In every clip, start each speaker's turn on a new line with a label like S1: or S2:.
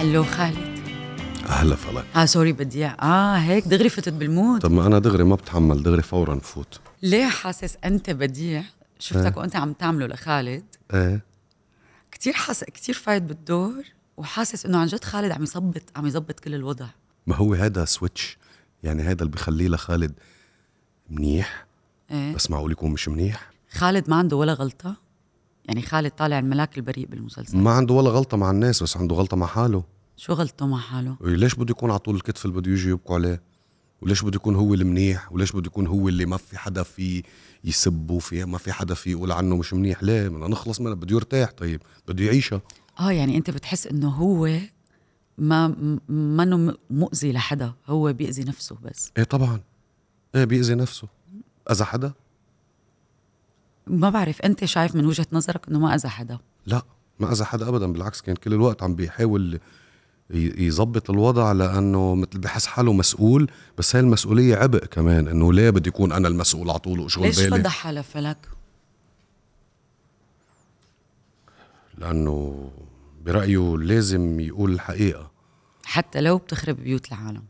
S1: هلو خالد
S2: هلا فلك
S1: اه سوري بدي إياه. اه هيك دغري فتت بالمود
S2: طب ما انا دغري ما بتحمل دغري فورا فوت
S1: ليه حاسس انت بديع شفتك وانت عم تعمله لخالد
S2: ايه
S1: كتير حاس كتير فايت بالدور وحاسس انه عن جد خالد عم يظبط عم يظبط كل الوضع
S2: ما هو هذا سويتش يعني هذا اللي بخليه لخالد منيح
S1: ايه
S2: بس معقول يكون مش منيح
S1: خالد ما عنده ولا غلطه يعني خالد طالع الملاك البريء بالمسلسل
S2: ما عنده ولا غلطه مع الناس بس عنده غلطه مع حاله إيه،
S1: شو غلطته مع حاله
S2: ليش بده يكون على طول الكتف اللي بده يجي يبكوا عليه وليش بده يكون هو المنيح وليش بده يكون هو اللي ما في حدا فيه يسبه فيه ما في حدا فيه يقول عنه مش منيح ليه بدنا نخلص منها بده يرتاح طيب بده يعيشها
S1: اه يعني انت بتحس انه هو ما م- منه م- مؤذي لحدا هو بيأذي نفسه بس
S2: ايه طبعا ايه بيأذي نفسه اذى حدا
S1: ما بعرف انت شايف من وجهة نظرك انه ما اذى حدا
S2: لا ما اذى حدا ابدا بالعكس كان كل الوقت عم بيحاول ي- يظبط الوضع لانه مثل بحس حاله مسؤول بس هاي المسؤوليه عبء كمان انه ليه بدي اكون انا المسؤول على طول واشغل
S1: ليش
S2: بالي
S1: فضح على فلك
S2: لانه برايه لازم يقول الحقيقه
S1: حتى لو بتخرب بيوت العالم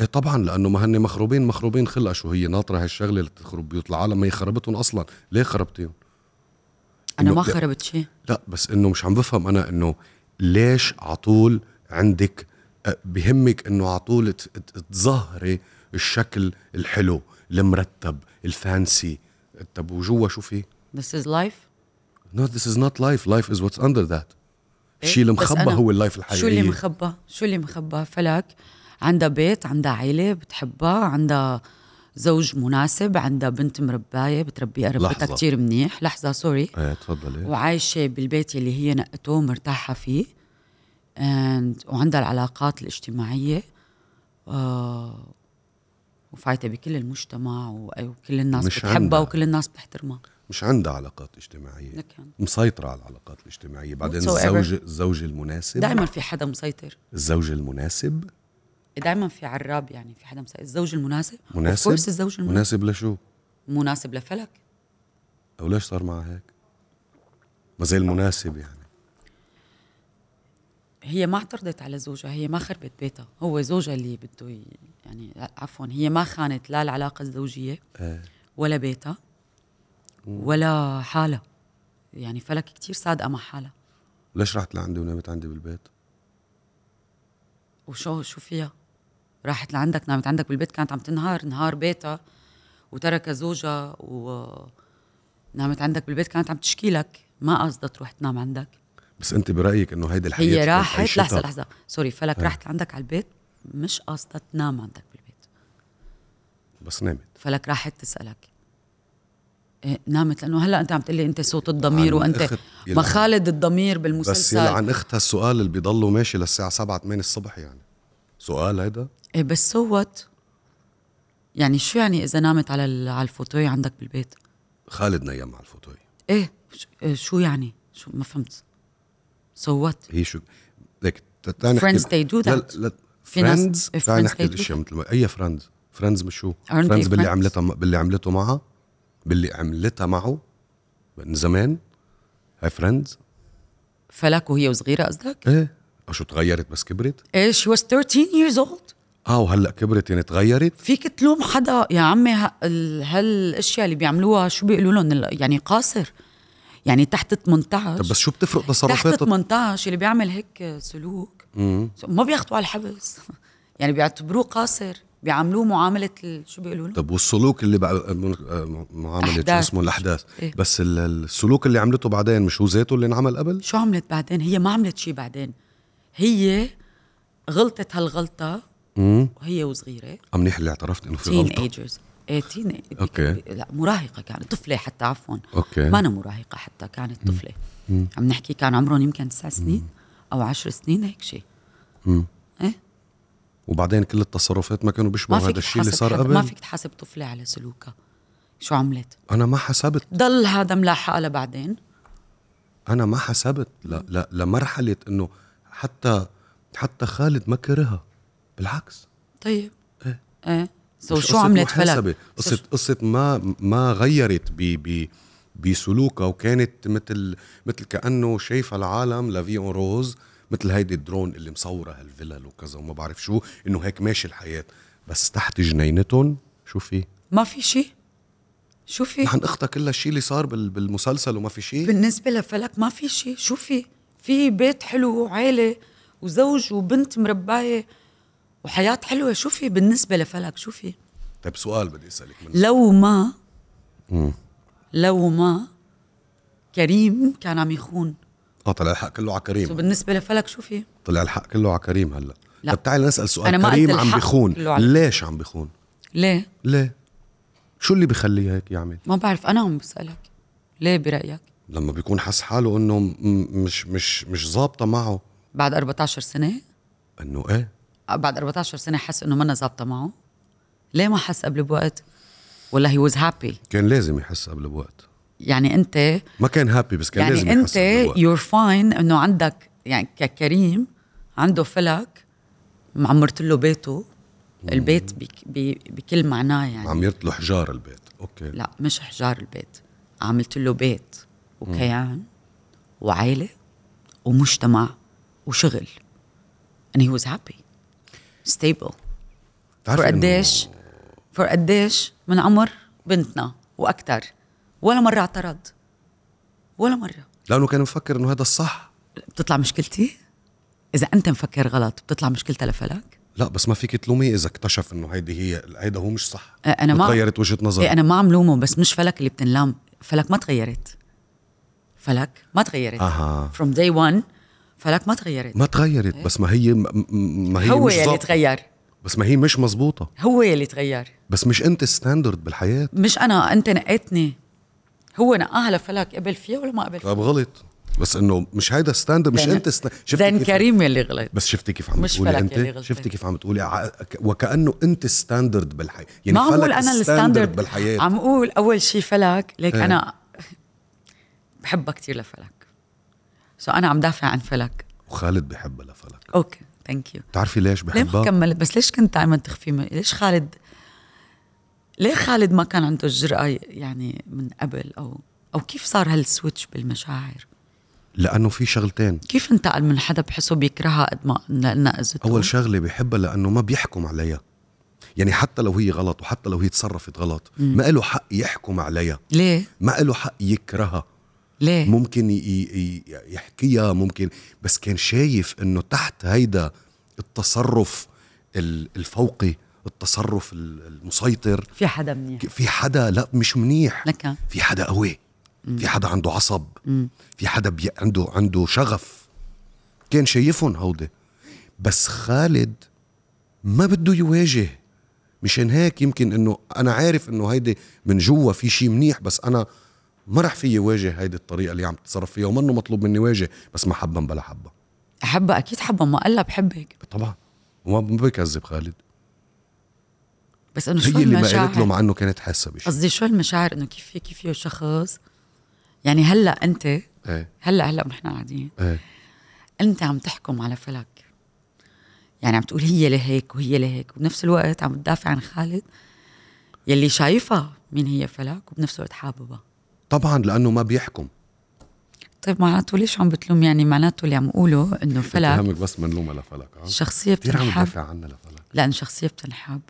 S2: ايه طبعا لانه ما هن مخروبين مخروبين خلقه شو هي ناطره هالشغله اللي تخرب بيوت العالم ما هي خربتهم اصلا ليه خربتهم
S1: انا
S2: إنه-
S1: ما
S2: لا.
S1: خربت شيء
S2: لا بس انه مش عم بفهم انا انه ليش على طول عندك أه، بهمك انه على طول ت- ت- تظهري الشكل الحلو المرتب الفانسي طب وجوا شو في؟
S1: This is life
S2: No, this is not life. Life is what's under that. الشيء اللي
S1: إيه، بس
S2: مخبى
S1: أنا-
S2: هو اللايف الحقيقية
S1: شو اللي مخبى شو اللي مخبى فلك عندها بيت عندها عيلة بتحبها عندها زوج مناسب عندها بنت مرباية بتربيها ربتها
S2: لحظة.
S1: كتير منيح لحظة سوري
S2: ايه
S1: إيه.
S2: تفضلي
S1: وعايشة بالبيت اللي هي نقته مرتاحة فيه and وعندها العلاقات الاجتماعية آه وفايتة بكل المجتمع و- وكل الناس
S2: مش
S1: بتحبها
S2: عندها.
S1: وكل الناس بتحترمها
S2: مش عندها علاقات اجتماعية
S1: لكن
S2: مسيطرة على العلاقات الاجتماعية بعدين
S1: يعني. Whatsoever.
S2: الزوج الزوج المناسب
S1: دائما في حدا مسيطر
S2: الزوج المناسب
S1: دائما في عراب يعني في حدا مسيطر الزوج المناسب
S2: مناسب؟
S1: Of course الزوج المناسب
S2: مناسب لشو؟
S1: مناسب لفلك
S2: او ليش صار معها هيك؟ ما زي المناسب يعني
S1: هي ما اعترضت على زوجها هي ما خربت بيتها هو زوجها اللي بده ي- يعني لا، عفوا هي ما خانت لا العلاقة الزوجية
S2: ايه
S1: ولا بيتها ولا حالها يعني فلك كتير صادقة مع حالها
S2: ليش رحت لعندي ونامت عندي بالبيت؟
S1: وشو شو فيها راحت لعندك نامت عندك بالبيت كانت عم تنهار نهار بيتها وترك زوجها ونامت عندك بالبيت كانت عم تشكي لك ما قصدها تروح تنام عندك
S2: بس انت برايك انه هيدي الحياه
S1: هي
S2: كانت
S1: راحت
S2: عيشتها.
S1: لحظة لحظة سوري فلك راحت لعندك على البيت مش قصدها تنام عندك بالبيت
S2: بس نامت
S1: فلك راحت تسألك إيه نامت لأنه هلا أنت عم تقلي أنت صوت الضمير
S2: عن
S1: وأنت
S2: أخت
S1: ما
S2: يلعن.
S1: خالد الضمير
S2: بس
S1: بالمسلسل
S2: يلعن اختها السؤال اللي بيضله ماشي للساعه 7 8 الصبح يعني سؤال هيدا
S1: إيه بس صوت يعني شو يعني اذا نامت على ال- على الفوتوي عندك بالبيت
S2: خالد نيم على الفوتوي
S1: ايه ش- إيه شو يعني شو ما فهمت صوت
S2: هي شو ليك تعال نحكي
S1: Friends they do
S2: لا
S1: that.
S2: لا
S1: في ناس-
S2: فريندز
S1: if
S2: تعال
S1: friends
S2: نحكي
S1: they do
S2: الاشياء مثل ما اي فريندز فريندز مش شو
S1: Aren't they
S2: فريندز باللي
S1: friends؟
S2: عملتها باللي عملته معها باللي عملتها معه من زمان هاي فريندز
S1: فلك وهي وصغيره قصدك
S2: ايه شو تغيرت بس كبرت
S1: ايه شي واز 13 years old
S2: اه وهلا كبرت يعني تغيرت
S1: فيك تلوم حدا يا عمي ه- ال- هالاشياء اللي بيعملوها شو بيقولوا لهم ال- يعني قاصر يعني تحت 18
S2: طب بس شو بتفرق
S1: تحت
S2: تصرفاتها
S1: 18 اللي بيعمل هيك سلوك ما بياخذوا على الحبس يعني بيعتبروه قاصر بيعاملوه معامله ال- شو بيقولوا له
S2: طب والسلوك اللي بقى آه، معامله شو
S1: أحداث.
S2: اسمه الاحداث
S1: إيه.
S2: إيه؟ بس ال- السلوك اللي عملته بعدين مش هو ذاته اللي انعمل قبل
S1: شو عملت بعدين هي ما عملت شيء بعدين هي غلطت هالغلطه وهي وصغيره
S2: آه، منيح اللي اعترفت انه في
S1: تين
S2: غلطه
S1: ايجرز ايه تين
S2: أوكي.
S1: لا مراهقه كانت طفله حتى عفوا
S2: أوكي.
S1: ما انا مراهقه حتى كانت طفله عم نحكي كان عمرهم يمكن تسع سنين او عشر سنين هيك شيء ايه
S2: وبعدين كل التصرفات ما كانوا
S1: ما
S2: بيشبهوا
S1: فيك
S2: هذا الشيء اللي
S1: تحاسب
S2: صار
S1: حدا- ما
S2: قبل
S1: فيك تحاسب طفله على سلوكها شو عملت
S2: انا ما حسبت
S1: ضل هذا ملاحقها لبعدين
S2: انا ما حسبت ل... ل... لمرحله انه حتى حتى خالد ما كرهها بالعكس
S1: طيب
S2: إيه.
S1: ايه سو
S2: مش
S1: شو
S2: قصة
S1: عملت
S2: محاسبة،
S1: فلك
S2: قصة قصة ما ما غيرت ب ب بسلوكها وكانت مثل مثل كانه شايفه العالم لافيون روز مثل هيدي الدرون اللي مصوره هالفلل وكذا وما بعرف شو انه هيك ماشي الحياه بس تحت جنينتهم شو في؟
S1: ما في شيء شو في
S2: نحن اختها كل الشيء اللي صار بال- بالمسلسل وما في شيء
S1: بالنسبة لفلك ما في شيء شو في في بيت حلو وعيلة وزوج وبنت مرباية وحياة حلوة شو في بالنسبة لفلك شو في
S2: طيب سؤال بدي اسالك منه
S1: لو ما
S2: مم.
S1: لو ما كريم كان عم يخون
S2: اه طلع الحق كله على
S1: سو
S2: كريم
S1: بالنسبة لفلك شو في
S2: طلع الحق كله على كريم هلا
S1: لا.
S2: طب تعالي نسال سؤال
S1: أنا ما قلت
S2: كريم عم
S1: الحق
S2: بيخون
S1: كله على-
S2: ليش عم بيخون؟
S1: ليه
S2: ليه؟ شو اللي بخليه هيك يعمل؟
S1: ما بعرف أنا عم بسألك ليه برأيك
S2: لما بيكون حس حاله انه م- مش مش مش ظابطه معه
S1: بعد 14 سنة
S2: انه ايه
S1: بعد 14 سنة حس إنه منا ظابطة معه ليه ما حس قبل بوقت ولا هي واز هابي
S2: كان لازم يحس قبل بوقت
S1: يعني أنت
S2: ما كان هابي بس كان لازم
S1: يعني
S2: يحس
S1: انت
S2: قبل بوقت.
S1: يور فاين انه عندك يعني ككريم عنده فلك معمرت له بيته البيت بك- ب- بكل معناه يعني
S2: عم يرتلو حجار البيت اوكي
S1: لا مش حجار البيت عملت له بيت وكيان وعائله ومجتمع وشغل and he was happy stable
S2: بتعرفي
S1: فور
S2: إنه-
S1: قديش فور قديش من عمر بنتنا واكثر ولا مره اعترض ولا مره
S2: لانه كان مفكر انه هذا الصح
S1: بتطلع مشكلتي اذا انت مفكر غلط بتطلع مشكلتها لفلك
S2: لا بس ما فيك تلومي اذا اكتشف انه هيدي هي هيدا هو مش صح
S1: آه، أنا ما-
S2: تغيرت وجهه نظري
S1: ايه انا ما عم لومه بس مش فلك اللي بتنلام فلك ما تغيرت فلك ما تغيرت
S2: أها.
S1: فروم داي 1 فلك ما تغيرت
S2: ما تغيرت بس ما هي ما- ما هي
S1: هو
S2: مش
S1: يلي
S2: ظابطة.
S1: تغير
S2: بس ما هي مش مزبوطة
S1: هو يلي تغير
S2: بس مش انت ستاندرد بالحياه
S1: مش انا انت نقيتني هو نقاها لفلك قبل فيها ولا ما قبل فيها
S2: طب طيب، غلط بس انه مش هيدا ستاندرد مش
S1: then-
S2: انت ست... شفتي
S1: ذن
S2: كيف
S1: كريم يلي غلط
S2: بس شفتي كيف عم
S1: مش
S2: بتقولي
S1: فلك يلي
S2: انت
S1: غلطان.
S2: شفتي كيف عم بتقولي ع- ك- وكانه انت ستاندرد بالحياه يعني
S1: ما عم
S2: فلك
S1: اقول انا الستاندرد
S2: بالحياه
S1: عم اقول اول شيء فلك ليك
S2: إيه.
S1: انا بحبها كثير لفلك سو انا عم دافع عن فلك
S2: وخالد بحبها لفلك
S1: اوكي ثانك يو
S2: بتعرفي ليش
S1: ليه ما
S2: بحبها؟
S1: كملت بس ليش كنت دائما تخفي من- ليش خالد ليه خالد ما كان عنده الجرأة يعني من قبل او او كيف صار هالسويتش بالمشاعر
S2: لانه في شغلتين
S1: كيف انتقل من حدا بحسه بيكرهها قد ما نقزته
S2: اول شغله بحبها لانه ما بيحكم عليها يعني حتى لو هي غلط وحتى لو هي تصرفت غلط ما له حق يحكم عليها
S1: ليه
S2: ما له حق يكرهها
S1: ليه
S2: ممكن ي- ي- ي- يحكيها ممكن بس كان شايف انه تحت هيدا التصرف ال- الفوقي التصرف ال- المسيطر
S1: في حدا منيح
S2: ك- في حدا لا مش منيح
S1: لك
S2: في حدا قوي في حدا عنده عصب في حدا بي عنده عنده شغف كان شايفهم هودي بس خالد ما بده يواجه مشان هيك يمكن انه انا عارف انه هيدي من جوا في شيء منيح بس انا ما رح فيي واجه هيدي الطريقه اللي عم تتصرف فيها ومنه مطلوب مني واجه بس محبا بلا حبه
S1: احبها اكيد حبها ما قال لها بحبك
S2: طبعا وما ما بكذب خالد
S1: بس انه شو
S2: هي اللي ما قالت له
S1: المشاعر
S2: مع انه كانت حاسه بشيء
S1: قصدي شو المشاعر انه كيف في كيف في شخص يعني هلا انت
S2: ايه
S1: هلا هلا ونحن قاعدين
S2: ايه
S1: انت عم تحكم على فلك يعني عم تقول هي لهيك وهي لهيك وبنفس الوقت عم تدافع عن خالد يلي شايفها مين هي فلك وبنفس الوقت حاببها
S2: طبعا لانه ما بيحكم
S1: طيب معناته ليش عم بتلوم يعني معناته اللي عم قوله انه فلك
S2: اتهامك بس منلومه لفلك ها
S1: الشخصية
S2: كثير عم
S1: بتنحب
S2: تدافع عنا لفلك
S1: لأن شخصية بتنحب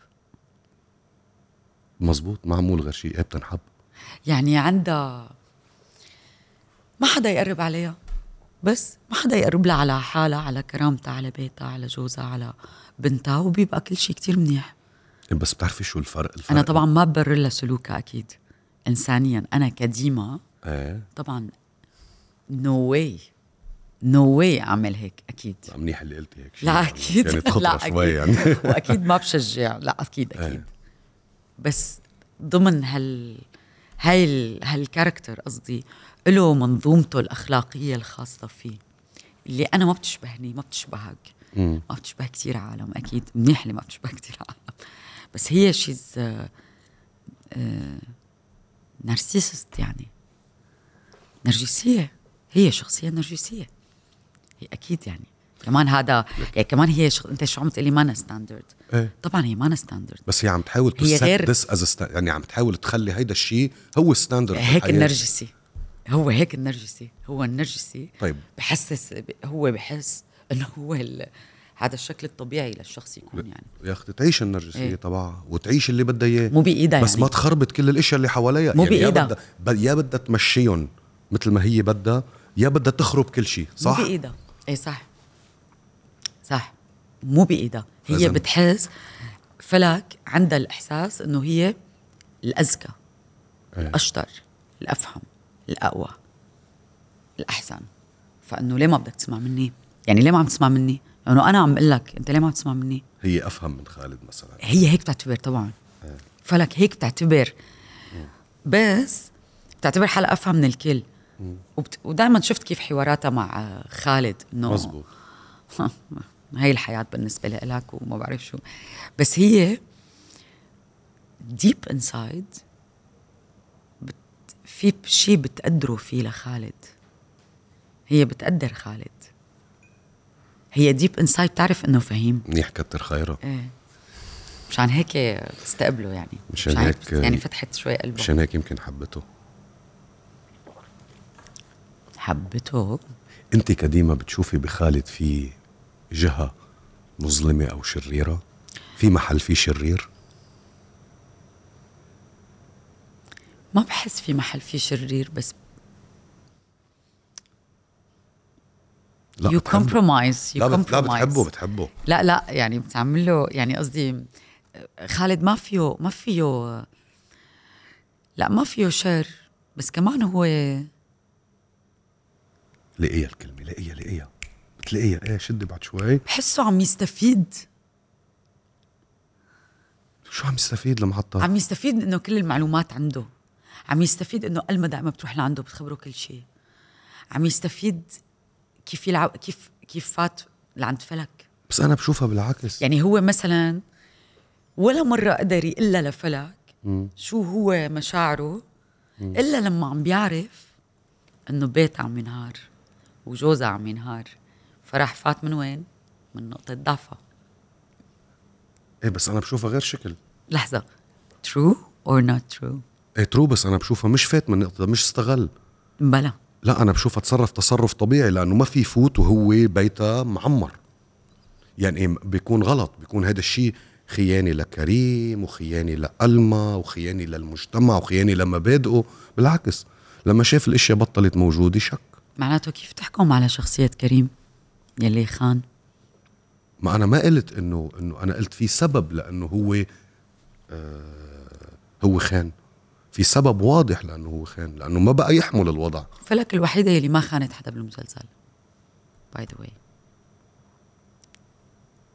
S2: مزبوط معمول غير شيء ايه بتنحب
S1: يعني عندها ما حدا يقرب عليها بس ما حدا يقرب لها على حالها على كرامتها على بيتها على جوزها على بنتها وبيبقى كل شيء كتير منيح
S2: بس بتعرفي شو الفرق, الفرق
S1: انا طبعا ما ببرر لها سلوكها اكيد انسانيا انا كديما
S2: ايه
S1: طبعا نو واي نو واي اعمل هيك اكيد
S2: لا، منيح اللي قلتي هيك شيء
S1: لا
S2: يعني
S1: اكيد
S2: كانت خطره
S1: لا
S2: شوي
S1: أكيد.
S2: يعني
S1: واكيد ما بشجع لا اكيد اكيد
S2: إيه.
S1: بس ضمن هال هاي ال- هالكاركتر قصدي له منظومته الاخلاقيه الخاصه فيه اللي انا ما بتشبهني ما بتشبهك
S2: مم.
S1: ما بتشبه كتير عالم اكيد منيح اللي ما بتشبه كتير عالم بس هي شيز نارسيسست يعني نرجسيه هي شخصيه نرجسيه هي اكيد يعني كمان هذا يعني كمان هي شخ... انت شو عم تقلي مانا ستاندرد
S2: إيه.
S1: طبعا هي مانا ستاندرد
S2: بس هي عم تحاول
S1: هي
S2: تو
S1: غير-
S2: ذس از يعني عم تحاول تخلي هيدا الشيء هو ستاندرد
S1: هيك النرجسي هو هيك النرجسي هو النرجسي
S2: طيب
S1: بحسس هو بحس انه هو ال... هذا الشكل الطبيعي للشخص يكون يعني
S2: يا اختي تعيش النرجسيه
S1: إيه.
S2: تبعها وتعيش اللي بدها اياه
S1: مو بإيدها
S2: بس
S1: يعني.
S2: ما تخربط كل الاشياء اللي حواليها يعني
S1: مو
S2: يا
S1: بإيدها.
S2: بدها ب- يا بدها تمشيهم مثل ما هي بدها يا بدها تخرب كل شيء صح
S1: مو بايدها اي إيه، صح صح مو بايدها هي
S2: إذن-
S1: بتحس فلك عندها الاحساس انه هي الاذكى
S2: إيه.
S1: الاشطر الافهم الاقوى الاحسن فانه ليه ما بدك تسمع مني يعني ليه ما عم تسمع مني لانه انا عم اقول لك انت ليه ما عم تسمع مني
S2: هي افهم من خالد مثلا
S1: هي هيك بتعتبر طبعا
S2: إيه.
S1: فلك هيك بتعتبر بس بتعتبر حالها افهم من الكل
S2: إيه.
S1: وبت... ودائما شفت كيف حواراتها مع آه، خالد انه
S2: مزبوط
S1: هاي الحياة بالنسبة لإلك وما بعرف شو بس هي ديب انسايد في شيء بتقدره فيه لخالد هي بتقدر خالد هي ديب انسايد بتعرف انه فهيم
S2: منيح كتر خيرها
S1: ايه مشان هيك بتستقبله يعني
S2: مشان هيك-
S1: يعني فتحت شوي قلبه
S2: مشان هيك يمكن حبته
S1: حبته
S2: انت كديما بتشوفي بخالد في جهه مظلمه او شريره في محل فيه شرير
S1: ما بحس في محل فيه شرير بس
S2: لا
S1: يو
S2: بتحبه.
S1: كومبرومايز
S2: لا,
S1: يو
S2: بت... لا
S1: كومبرومايز
S2: بتحبه بتحبه
S1: لا لا يعني بتعمل له يعني قصدي خالد ما فيه ما فيه لا ما فيه شر بس كمان هو
S2: لقيها الكلمه لقيها لقيها بتلاقيها ايه شدي بعد شوي
S1: بحسه عم يستفيد
S2: شو عم يستفيد المحطه
S1: عم يستفيد انه كل المعلومات عنده عم يستفيد انه الما دائما بتروح لعنده بتخبره كل شيء عم يستفيد كيف يلعب كيف كيف فات لعند فلك
S2: بس انا بشوفها بالعكس
S1: يعني هو مثلا ولا مرة قدر إلا لفلك
S2: مم.
S1: شو هو مشاعره إلا لما عم بيعرف إنه بيت عم ينهار وجوزها عم ينهار فراح فات من وين؟ من نقطة ضعفها
S2: ايه بس انا بشوفها غير شكل
S1: لحظة true or not true؟
S2: ايه ترو بس انا بشوفها مش فات من نقطه مش استغل
S1: بلا
S2: لا انا بشوفها تصرف تصرف طبيعي لانه ما في فوت وهو بيتها معمر يعني إيه، بيكون غلط بيكون هذا الشيء خيانه لكريم وخيانه لألما وخيانه للمجتمع وخيانه لمبادئه بالعكس لما شاف الاشياء بطلت موجوده شك
S1: معناته كيف تحكم على شخصية كريم يلي خان؟
S2: ما انا ما قلت انه انه انا قلت في سبب لانه هو آه هو خان في سبب واضح لانه هو خان لانه ما بقى يحمل الوضع
S1: فلك الوحيدة يلي ما خانت حدا بالمسلسل باي ذا واي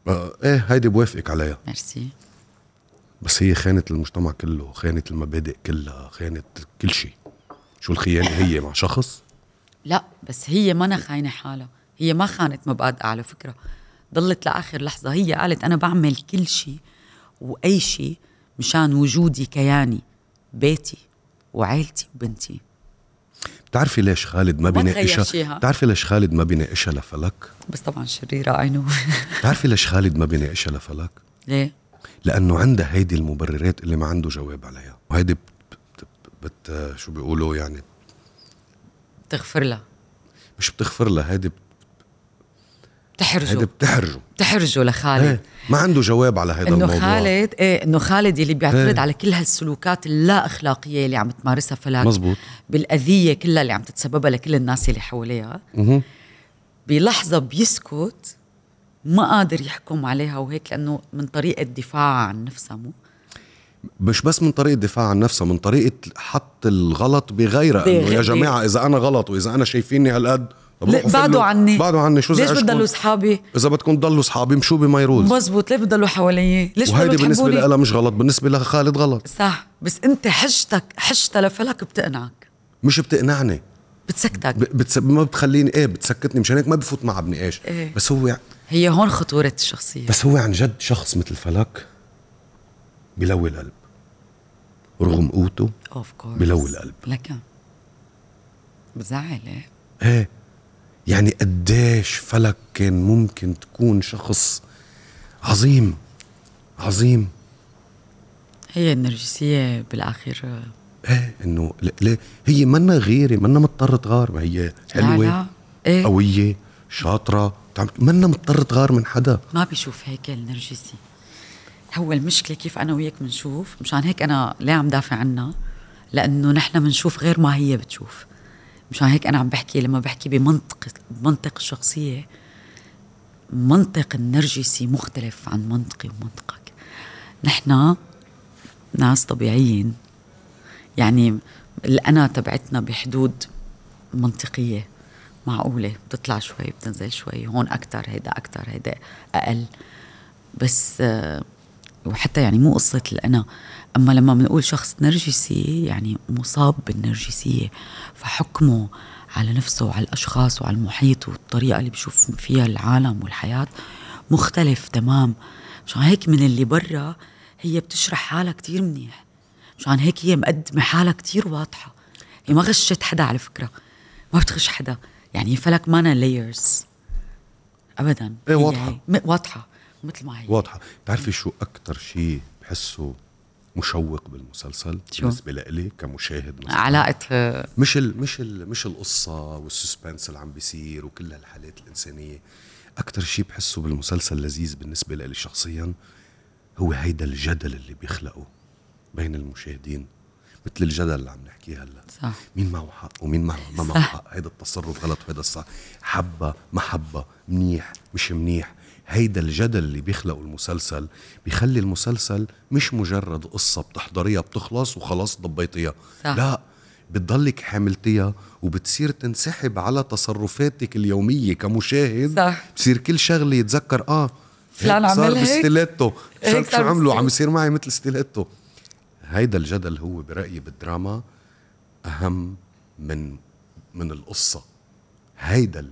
S2: آه ايه هيدي بوافقك عليها
S1: ميرسي
S2: بس هي خانت المجتمع كله خانت المبادئ كلها خانت كل شيء شو الخيانة هي مع شخص
S1: لا بس هي مانا خاينه حالها هي ما خانت مبادئها على فكره ضلت لاخر لحظه هي قالت انا بعمل كل شيء واي شيء مشان وجودي كياني بيتي وعائلتي وبنتي
S2: بتعرفي ليش خالد ما
S1: ما تغير
S2: بيناقشها
S1: شيها.
S2: بتعرفي ليش خالد ما بيناقشها لفلك
S1: بس طبعا شريره عينه
S2: بتعرفي ليش خالد ما بيناقشها لفلك
S1: ليه
S2: لانه عندها هيدي المبررات اللي ما عنده جواب عليها وهيدي بت, بت, بت شو بيقولوا يعني
S1: بتغفر لها
S2: مش بتغفر لها هيدي بت- هيدي
S1: بتحرجه
S2: بتحرجه
S1: بتحرجه لخالد
S2: ايه ما عنده جواب على هذا
S1: انه
S2: الموضوع
S1: خالد ايه انه خالد اللي بيعترض
S2: إيه.
S1: على كل هالسلوكات اللا اخلاقيه اللي عم تمارسها فلان
S2: مزبوط
S1: بالاذيه كلها اللي عم تتسببها لكل الناس اللي حواليها
S2: مهم.
S1: بلحظة بيسكت ما قادر يحكم عليها وهيك لأنه من طريقة دفاع عن نفسها مو
S2: مش بس من طريقه دفاع عن نفسها من طريقه حط الغلط بغيرها انه يا
S1: بغير-
S2: جماعه اذا انا غلط واذا انا شايفيني هالقد طب
S1: لا،
S2: روحوا
S1: بعدوا
S2: فلوا.
S1: عني
S2: بعدوا عني شو
S1: ليش
S2: زعجكم؟
S1: بتضلوا أصحابي
S2: اذا بدكم تضلوا اصحابي مشوا بما يروز
S1: مزبوط ليه بتضلوا حواليي ليش
S2: وهيدي
S1: بتضلوا
S2: بالنسبه
S1: تحبوني
S2: لها مش غلط بالنسبه لخالد غلط
S1: صح بس أنت حجتك حجتها لفلك بتقنعك
S2: مش بتقنعني
S1: بتسكتك
S2: ب- بتس... ما بتخليني ايه بتسكتني مشان هيك ما بفوت مع ابني ايش
S1: إيه.
S2: بس هو
S1: هي هون خطورة الشخصية
S2: بس هو عن جد شخص مثل فلك بلوي القلب رغم قوته
S1: اوف كورس
S2: بلو القلب
S1: لكن بزعل ايه
S2: ايه يعني قديش فلك كان ممكن تكون شخص عظيم عظيم
S1: هي النرجسيه بالاخير
S2: ايه انه ل- ليه هي منا غيره منا مضطر تغار ما هي حلوه
S1: لا لا ايه
S2: قويه شاطره تعم- منا مضطر تغار من حدا
S1: ما بيشوف هيك النرجسي هو المشكله كيف انا وياك بنشوف مشان هيك انا ليه عم دافع عنها لانه نحن بنشوف غير ما هي بتشوف مشان هيك انا عم بحكي لما بحكي بمنطق بمنطق الشخصيه منطق النرجسي مختلف عن منطقي ومنطقك نحن ناس طبيعيين يعني الانا تبعتنا بحدود منطقيه معقوله بتطلع شوي بتنزل شوي هون اكثر هيدا اكثر هيدا اقل بس آه، وحتى يعني مو قصه الانا اما لما بنقول شخص نرجسي يعني مصاب بالنرجسيه فحكمه على نفسه وعلى الاشخاص وعلى المحيط والطريقه اللي بشوف فيها العالم والحياه مختلف تمام مشان هيك من اللي برا هي بتشرح حالها كتير منيح مشان هيك هي مقدمه حالها كتير واضحه هي ما غشت حدا على فكره ما بتغش حدا يعني فلك مانا لايرز ابدا
S2: إيه
S1: هي
S2: واضحة.
S1: هي. م- واضحه مثل ما هي
S2: واضحه بتعرفي شو اكثر شيء بحسه مشوق بالمسلسل
S1: شو؟
S2: بالنسبه لإلي كمشاهد مثلا
S1: علاقه آه،
S2: مش ال مش ال مش القصه والسسبنس اللي عم بيصير وكل هالحالات الانسانيه اكثر شيء بحسه بالمسلسل لذيذ بالنسبه لإلي شخصيا هو هيدا الجدل اللي بيخلقه بين المشاهدين مثل الجدل اللي عم نحكيه هلا
S1: صح
S2: مين معه حق ومين معه ما معه
S1: صح.
S2: حق هيدا التصرف غلط وهيدا الصح حبة محبة منيح مش منيح هيدا الجدل اللي بيخلقه المسلسل بيخلي المسلسل مش مجرد قصة بتحضريها بتخلص وخلاص ضبيتيها
S1: صح.
S2: لا بتضلك حاملتيها وبتصير تنسحب على تصرفاتك اليومية كمشاهد
S1: صح.
S2: بصير كل شغلة يتذكر اه
S1: فلان
S2: هيك
S1: عمل
S2: صار
S1: هيك.
S2: بستيلاتو
S1: هيك
S2: شو
S1: صار
S2: عملوا عم
S1: بستيلاتو.
S2: يصير معي مثل ستيلاتو هيدا الجدل هو برأيي بالدراما أهم من من القصة هيدا ال-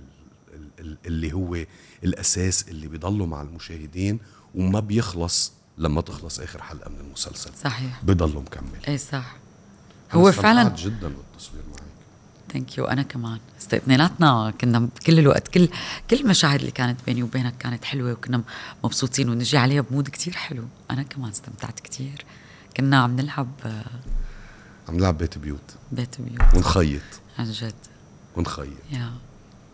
S2: ال- ال- اللي هو الأساس اللي بيضله مع المشاهدين وما بيخلص لما تخلص آخر حلقة من المسلسل
S1: صحيح
S2: بضله مكمل
S1: ايه صح
S2: أنا
S1: هو
S2: استمتعت
S1: فعلا
S2: جدا بالتصوير معك
S1: ثانك يو انا كمان استئذاناتنا كنا بكل الوقت كل كل المشاهد اللي كانت بيني وبينك كانت حلوه وكنا مبسوطين ونجي عليها بمود كتير حلو انا كمان استمتعت كتير كنا عم نلعب آه،
S2: عم نلعب بيت بيوت
S1: بيت بيوت
S2: ونخيط
S1: عن جد
S2: ونخيط
S1: يا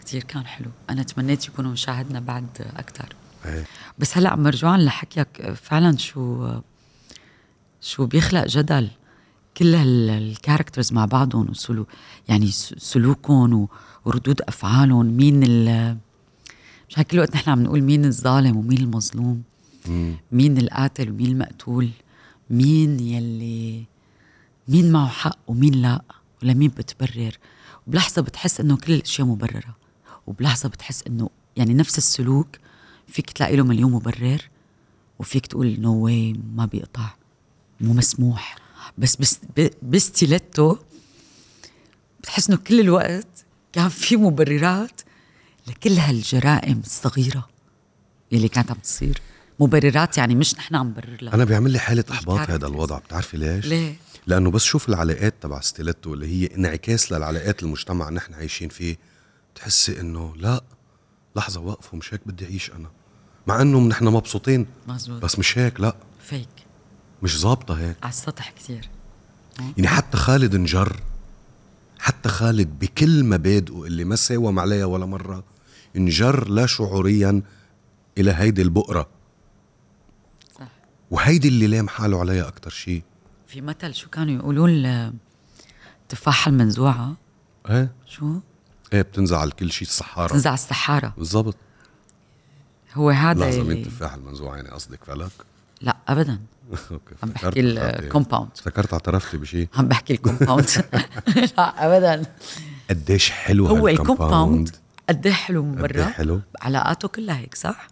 S1: كتير كان حلو انا تمنيت يكونوا مشاهدنا بعد آه، اكثر
S2: إيه.
S1: بس هلا مرجوعا لحكيك فعلا شو شو بيخلق جدل كل هال- الكاركترز مع بعضهم وسلو يعني س- سلوكهم و- وردود افعالهم مين ال مش هيك كل الوقت نحن عم نقول مين الظالم ومين المظلوم
S2: مم.
S1: مين القاتل ومين المقتول مين يلي مين معه حق ومين لا ولمين بتبرر وبلحظة بتحس انه كل الاشياء مبررة وبلحظة بتحس انه يعني نفس السلوك فيك تلاقي له مليون مبرر وفيك تقول نو واي ما بيقطع مو مسموح بس بس ب- بستيلتو بتحس انه كل الوقت كان في مبررات لكل هالجرائم الصغيرة يلي كانت عم تصير مبررات يعني مش نحن عم نبرر لها
S2: أنا بيعمل لي حالة إحباط
S1: الكاركترز.
S2: هذا الوضع بتعرفي ليش؟
S1: ليه؟
S2: لانه بس شوف العلاقات تبع ستيلتو اللي هي انعكاس للعلاقات المجتمع اللي نحن عايشين فيه بتحسي انه لا لحظه وقفوا مش هيك بدي اعيش انا مع انه نحن مبسوطين
S1: مزبوط
S2: بس مش هيك لا
S1: فيك
S2: مش ظابطه هيك
S1: على السطح كثير
S2: يعني حتى خالد انجر حتى خالد بكل مبادئه اللي ما ساوم عليها ولا مره انجر لا شعوريا الى هيدي البؤره
S1: صح
S2: وهيدي اللي لام حاله عليها اكثر شيء
S1: في مثل شو كانوا يقولوا ال- التفاحة المنزوعة
S2: ايه
S1: شو؟
S2: ايه بتنزع على كل شيء الصحاره
S1: تنزع على السحارة
S2: بالضبط
S1: هو هذا
S2: لحظه
S1: اللي-
S2: مين تفاح المنزوع يعني قصدك فلك؟
S1: لا ابدا
S2: اوكي
S1: عم
S2: افتكرت
S1: بحكي
S2: اعترفتي.
S1: الكومباوند
S2: افتكرت اعترفتي بشيء
S1: عم بحكي الكومباوند لا ابدا
S2: قديش حلو
S1: هو
S2: هالكومباوند
S1: الكومباوند قد إيه حلو من
S2: قد إيه
S1: برا
S2: حلو.
S1: علاقاته كلها هيك صح؟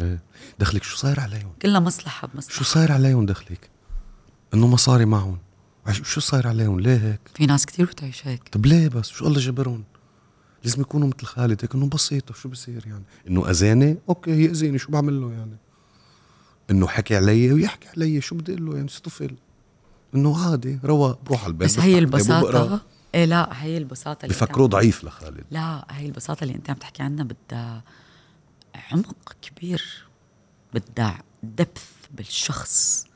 S2: إيه. دخلك شو صاير عليهم؟
S1: كلها مصلحة بمصلحة
S2: شو صاير عليهم دخلك؟ انه مصاري معهم عش- شو صاير عليهم؟ ليه هيك؟
S1: في ناس كتير بتعيش هيك
S2: طب ليه بس؟ شو الله جبرهم؟ لازم يكونوا مثل خالد هيك انه بسيطة شو بصير يعني؟ انه اذاني اوكي يأذيني شو بعمل له يعني؟ انه حكي علي ويحكي علي شو بدي اقول له يعني بس طفل انه عادي رواق بروح على البيت
S1: بس هي
S2: بفتح كتاب وبقرا.
S1: البساطه ايه لا هي البساطه اللي
S2: بفكروه ضعيف لخالد
S1: لا هي البساطة اللي أنت عم تحكي عنها بدها عمق كبير بدها دبث بالشخص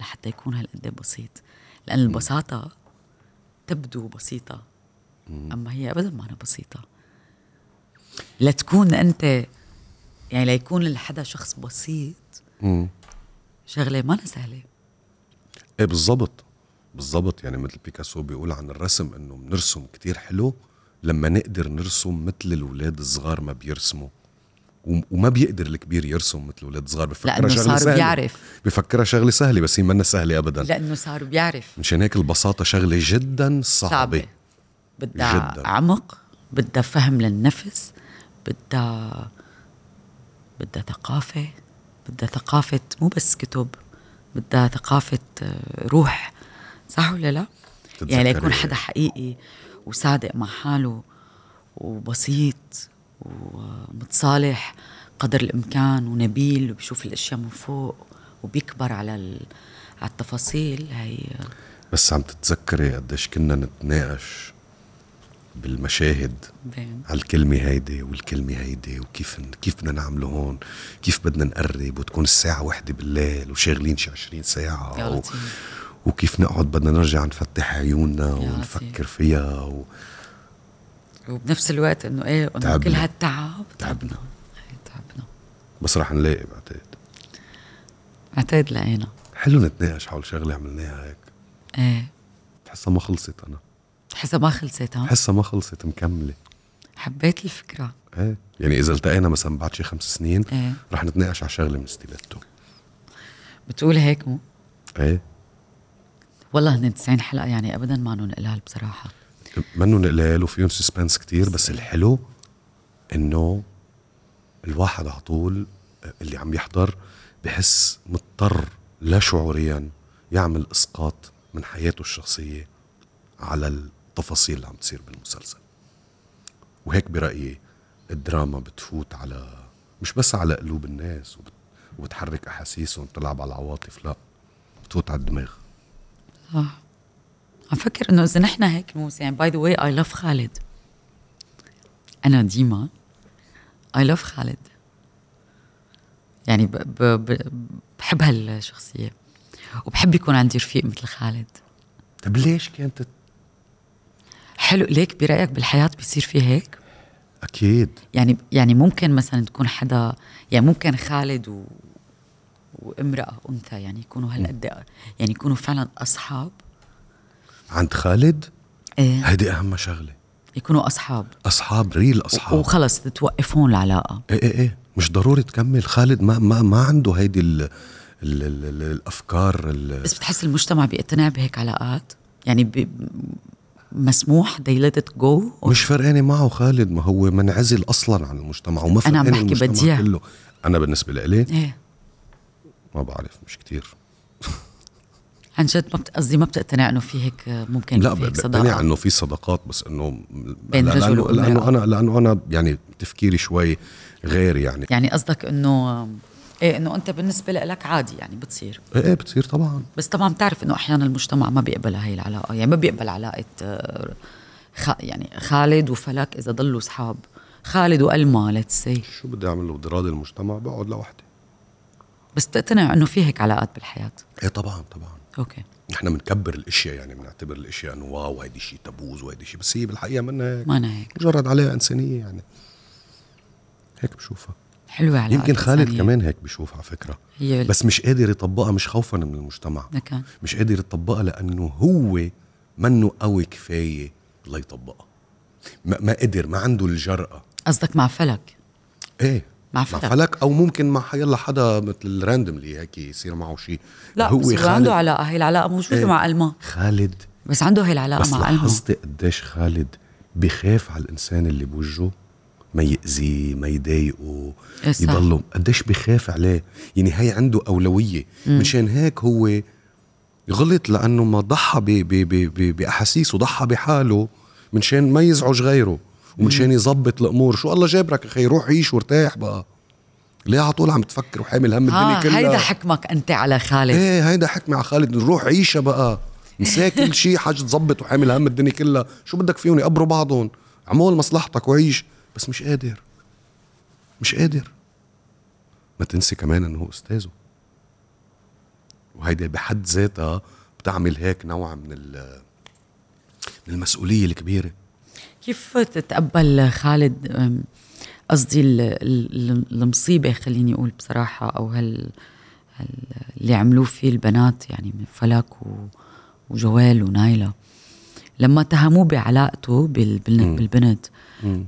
S1: لحتى يكون هالقد إيه بسيط لأن البساطة تبدو بسيطة أما هي أبدا ما أنا بسيطة لتكون أنت يعني ليكون لحدا شخص بسيط
S2: مم.
S1: شغلة ما أنا سهلة
S2: ايه بالضبط بالضبط يعني مثل بيكاسو بيقول عن الرسم انه بنرسم كتير حلو لما نقدر نرسم مثل الاولاد الصغار ما بيرسموا وم- وما بيقدر الكبير يرسم مثل الاولاد الصغار بفكرها
S1: لأنه
S2: شغله
S1: صار
S2: سهله
S1: بيعرف
S2: بفكرها شغله سهله بس هي منا سهله ابدا لا.
S1: لأنه صار بيعرف
S2: مشان هيك البساطه شغله جدا صعبه, صعبة.
S1: بدها
S2: جداً.
S1: عمق بدها فهم للنفس بدها بدها ثقافة بدها ثقافة مو بس كتب بدها ثقافة آه، روح صح ولا لا؟ يعني
S2: بتتذكري-
S1: ليكون حدا حقيقي وصادق مع حاله وبسيط ومتصالح قدر الامكان ونبيل وبشوف الاشياء من فوق وبيكبر على ال- على التفاصيل آه، هي
S2: بس عم تتذكري قديش كنا نتناقش بالمشاهد
S1: بين
S2: على الكلمة هيدي والكلمة هيدي وكيف كيف بدنا نعمله هون كيف بدنا نقرب وتكون الساعة واحدة بالليل وشاغلين شي 20
S1: يا
S2: ساعة و...
S1: لطيف
S2: وكيف نقعد بدنا نرجع نفتح عيوننا
S1: لطيف.
S2: ونفكر فيها و...
S1: وبنفس الوقت انه ايه انه
S2: تعبنا.
S1: كل هالتعب
S2: تعبنا.
S1: تعبنا إيه، تعبنا
S2: بس رح نلاقي بعتقد
S1: اعتقد لقينا
S2: حلو نتناقش حول شغلة عملناها هيك
S1: ايه
S2: بحسها ما خلصت أنا
S1: حسب ما خلصت ها
S2: بحسها ما خلصت مكملة
S1: حبيت الفكره
S2: ايه يعني إذا التقينا مثلا بعد شي خمس سنين
S1: ايه
S2: رح نتناقش على شغلة من ستيلتو
S1: بتقول هيك مو
S2: ايه
S1: والله هن 90 حلقه يعني ابدا ما نون قلال بصراحه
S2: منهم قلال وفيهم سسبنس كتير بس الحلو انه الواحد على طول اللي عم يحضر بحس مضطر لا شعوريا يعمل اسقاط من حياته الشخصيه على التفاصيل اللي عم تصير بالمسلسل وهيك برايي الدراما بتفوت على مش بس على قلوب الناس وبت- وبتحرك احاسيسهم بتلعب على العواطف لا بتفوت على الدماغ
S1: صح عم فكر انه اذا نحن هيك موسى يعني باي ذا واي اي لاف خالد انا ديما اي لاف خالد يعني ب ب ب بحب هالشخصيه وبحب يكون عندي رفيق مثل خالد
S2: طب ليش كانت
S1: حلو ليك برايك بالحياه بيصير في هيك
S2: اكيد
S1: يعني يعني ممكن مثلا تكون حدا يعني ممكن خالد و وامراه وانثى يعني يكونوا هالقد يعني يكونوا فعلا اصحاب
S2: عند خالد
S1: ايه
S2: هيدي اهم شغله
S1: يكونوا اصحاب
S2: اصحاب ريل اصحاب
S1: وخلص تتوقف هون العلاقه
S2: ايه ايه ايه مش ضروري تكمل خالد ما ما ما عنده هيدي ال ال ال ال الافكار ال
S1: بس بتحس المجتمع بيقتنع بهيك علاقات يعني بي مسموح they let it go
S2: مش فرقانه معه خالد ما هو منعزل اصلا عن المجتمع وما
S1: أنا عم
S2: فرقانه
S1: بحكي
S2: المجتمع
S1: بديع.
S2: كله انا بالنسبه لإلي
S1: ايه
S2: ما بعرف مش كتير
S1: عن جد ما بت- قصدي ما بتقتنع انه في هيك ممكن
S2: لا
S1: يعني في هيك
S2: بقتنع
S1: صداقه
S2: عنه في صداقات بس انه
S1: بين
S2: لا-
S1: رجل
S2: لانه
S1: وامرأة.
S2: لانه انا لانه انا يعني تفكيري شوي غير يعني
S1: يعني قصدك انه ايه انه انت بالنسبه لك عادي يعني بتصير
S2: ايه ايه بتصير طبعا
S1: بس طبعا بتعرف انه احيانا المجتمع ما بيقبل هاي العلاقه يعني ما بيقبل علاقه آه، خ... يعني خالد وفلك اذا ضلوا اصحاب خالد والما ليتس سي
S2: شو بدي اعمل لو بدي راضي المجتمع بقعد لوحدي
S1: بس تقتنع انه في هيك علاقات بالحياه
S2: ايه طبعا طبعا
S1: اوكي
S2: نحن بنكبر الاشياء يعني بنعتبر الاشياء انه واو هيدي شيء تبوز وهيدي شيء بس هي بالحقيقه منها هيك
S1: ما انا هيك
S2: مجرد عليها انسانيه يعني هيك بشوفها
S1: حلوه علاقه
S2: يمكن خالد
S1: إنسانية.
S2: كمان هيك بشوفها على فكره
S1: هي بس
S2: بس مش قادر يطبقها مش خوفا من المجتمع
S1: لكن
S2: مش قادر يطبقها لانه هو منه قوي كفايه ليطبقها ما, ما قدر ما عنده الجرأة
S1: قصدك مع فلك
S2: ايه
S1: مع
S2: مع
S1: فلك,
S2: فلك او ممكن مع يلا حدا مثل راندملي هيك يصير معه شيء
S1: لا هو بس هو عنده علاقه هي العلاقه موجوده
S2: إيه.
S1: ايه؟ مع الما
S2: خالد
S1: بس عنده هي العلاقه
S2: بس
S1: مع الما
S2: لاحظتي قديش خالد بخاف على الانسان اللي بوجهه ما يأذيه ما يضايقه
S1: إيه صح.
S2: يضله قديش بخاف عليه يعني هي عنده أولوية مشان هيك هو غلط لأنه ما ضحى ب- ب- ب- ب- بأحاسيسه ضحى بحاله منشان ما يزعج غيره ومنشان يظبط الأمور شو الله جابرك أخي روح عيش وارتاح بقى ليه على طول عم تفكر وحامل هم الدنيا
S1: ها
S2: كلها إيه،
S1: هيدا حكمك انت على خالد
S2: ايه هيدا حكمي على خالد روح عيشها بقى نساه كل شيء حاج تظبط وحامل هم الدنيا كلها شو بدك فيهم يقبروا بعضهم عمول مصلحتك وعيش بس مش قادر مش قادر ما تنسي كمان انه هو استاذه وهيدي بحد ذاتها بتعمل هيك نوع من ال- من المسؤوليه الكبيره
S1: كيف تتقبل خالد أم، قصدي ال- ال- ال- المصيبه خليني اقول بصراحه او هال هال- اللي عملوه فيه البنات يعني من فلك و- وجوال ونايلا لما اتهموه بعلاقته بال- بال- بالبنت
S2: مم.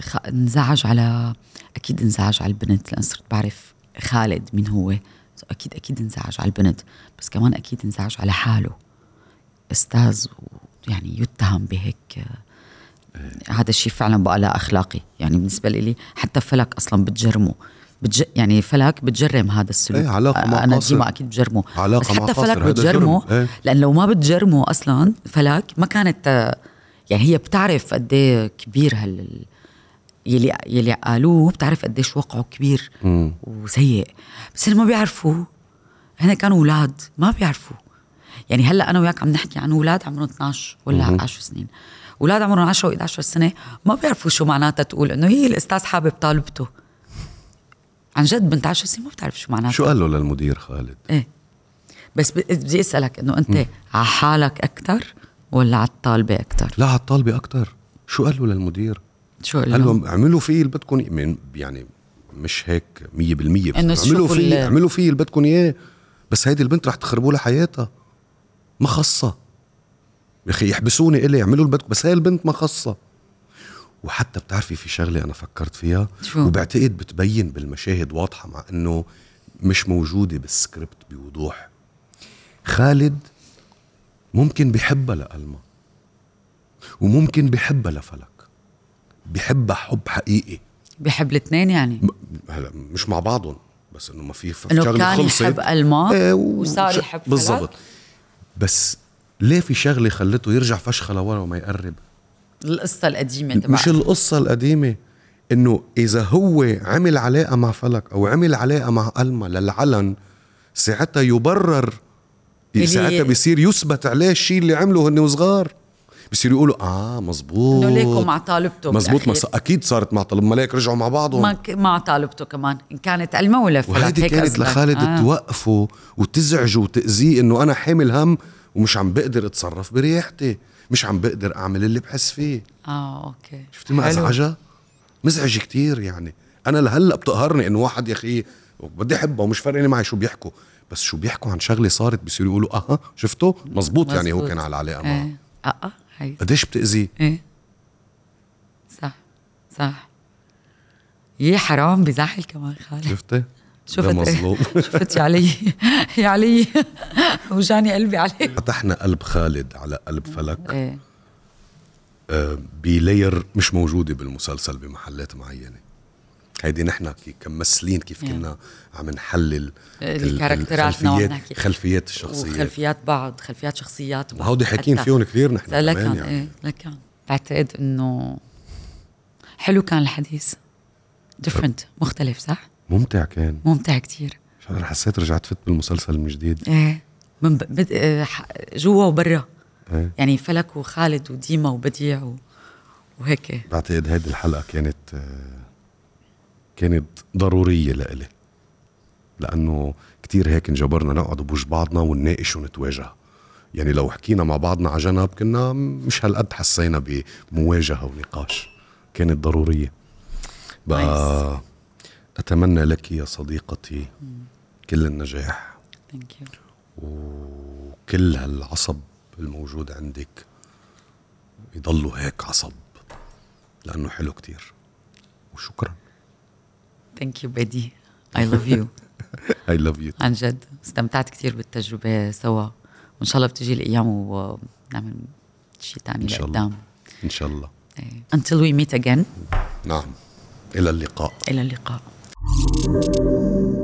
S1: خ- انزعج على اكيد انزعج على البنت لان صرت بعرف خالد مين هو اكيد اكيد انزعج على البنت بس كمان اكيد انزعج على حاله استاذ يعني يتهم بهيك
S2: إيه.
S1: آه، هذا الشيء فعلا بقى لا اخلاقي يعني بالنسبه لي حتى فلك اصلا بتجرمه بتج... يعني فلك بتجرم هذا السلوك
S2: إيه، علاقة مع
S1: انا
S2: قاصر.
S1: ديما اكيد بجرمه
S2: علاقة
S1: بس
S2: مع
S1: حتى
S2: قاصر،
S1: فلك
S2: هذا
S1: بتجرمه
S2: جرم، إيه.
S1: لان لو ما بتجرمه اصلا فلك ما كانت آه، يعني هي بتعرف قد إيه كبير هال يلي يلي قالوه بتعرف قديش وقعه كبير
S2: مم.
S1: وسيء بس اللي ما بيعرفوا هن كانوا اولاد ما بيعرفوا يعني هلا انا وياك عم نحكي عن اولاد عمرهم 12 ولا 10 سنين اولاد عمرهم 10 و11 سنه ما بيعرفوا شو معناتها تقول انه هي الاستاذ حابب طالبته عن جد بنت 10 سنين ما بتعرف شو معناتها
S2: شو قال له للمدير خالد
S1: ايه بس ب- بدي اسالك انه انت على حالك اكثر ولا على الطالبه اكثر
S2: لا على الطالبه اكثر شو قال له للمدير
S1: شو
S2: قال
S1: قلنا
S2: لهم اعملوا فيه اللي بدكم إياه. من- يعني مش هيك 100% بس
S1: إنه
S2: اعملوا
S1: تشوفوا
S2: فيه
S1: ال-
S2: اعملوا فيه اللي بدكم اياه بس هيدي البنت رح تخربوا لها حياتها ما خصها يا اخي يحبسوني الي يعملوا اللي بدكم بس هاي البنت ما خصها وحتى بتعرفي في شغله انا فكرت فيها
S1: شو؟
S2: وبعتقد بتبين بالمشاهد واضحه مع انه مش موجوده بالسكريبت بوضوح خالد ممكن بحبها لألما وممكن بحبها لفلك بحبها حب حقيقي
S1: بحب الاثنين يعني
S2: م- هلا مش مع بعضهم بس انه ما في في
S1: انه
S2: شغلة
S1: كان
S2: خلصت.
S1: يحب الماء
S2: إيه، و-
S1: وصار
S2: وش-
S1: يحب فلك.
S2: بالضبط بس ليه في شغله خلته يرجع فشخه لورا وما يقرب
S1: القصه القديمه تبعك
S2: مش القصة القديمة انه اذا هو عمل علاقة مع فلك او عمل علاقة مع ألما للعلن ساعتها يبرر
S1: اللي-
S2: ساعتها بيصير يثبت عليه الشيء اللي عمله هن وصغار بصيروا يقولوا اه مزبوط
S1: انه ليكم مع طالبته
S2: مزبوط ما
S1: بالأخير.
S2: ص- اكيد صارت مع طلب ملاك رجعوا مع بعضهم
S1: ما ك... مع طالبته كمان ان كانت علمه ولا فلك
S2: وهيدي
S1: هيك
S2: كانت
S1: قصدك.
S2: لخالد آه. توقفه وتزعجه وتأذيه انه انا حامل هم ومش عم بقدر اتصرف بريحتي مش عم بقدر اعمل اللي بحس فيه
S1: اه اوكي
S2: شفتي ما
S1: حلو.
S2: ازعجها مزعج كتير يعني انا لهلا بتقهرني انه واحد يا اخي بدي احبه ومش فارقني معي شو بيحكوا بس شو بيحكوا عن شغله صارت بيصيروا يقولوا اها شفته مزبوط يعني هو
S1: مزبوط.
S2: كان على علاقه معه
S1: ايه اه اه هي
S2: قديش بتاذيه
S1: ايه صح صح يي حرام بزعل كمان خالد
S2: شفتي
S1: شفت
S2: ده
S1: إيه؟
S2: مظلوم
S1: شفت يا علي يا علي وجعني قلبي عليه
S2: فتحنا قلب خالد على قلب فلك
S1: ايه
S2: آه، بلاير مش موجوده بالمسلسل بمحلات معينه هيدي نحن كي- كممثلين كيف
S1: Yeah.
S2: كنا عم نحلل ال-
S1: الكاركترات نوع
S2: الخلفيات
S1: نحكي
S2: خلفيات الشخصيات
S1: وخلفيات بعض خلفيات شخصيات بعض
S2: وهودي حاكيين
S1: حتى.
S2: فيهم كثير نحن
S1: لا
S2: كمان يعني.
S1: كان ايه لكان بعتقد انه حلو كان الحديث ديفرنت مختلف صح؟
S2: ممتع كان
S1: ممتع كتير
S2: مش عارف حسيت رجعت فت بالمسلسل من جديد
S1: ايه من ب... بد... آه، ح- جوا وبرا
S2: إيه.
S1: يعني فلك وخالد وديما وبديع و... وهيك
S2: بعتقد هيدي الحلقه كانت آه، كانت ضروريه لإلي لانه كتير هيك انجبرنا نقعد بوج بعضنا ونناقش ونتواجه يعني لو حكينا مع بعضنا على جنب كنا مش هالقد حسينا بمواجهه ونقاش كانت ضروريه بقى اتمنى لك يا صديقتي كل النجاح
S1: ثانك يو
S2: وكل هالعصب الموجود عندك يضلوا هيك عصب لأنه حلو كتير وشكرا
S1: ثانك يو بدي اي لاف يو
S2: I love you
S1: عن جد استمتعت كثير بالتجربه سوا وان شاء الله بتجي الايام ونعمل شيء ثاني
S2: إن شاء الله.
S1: لقدام
S2: إن شاء الله
S1: إيه. until we meet again
S2: نعم إلى اللقاء
S1: الى اللقاء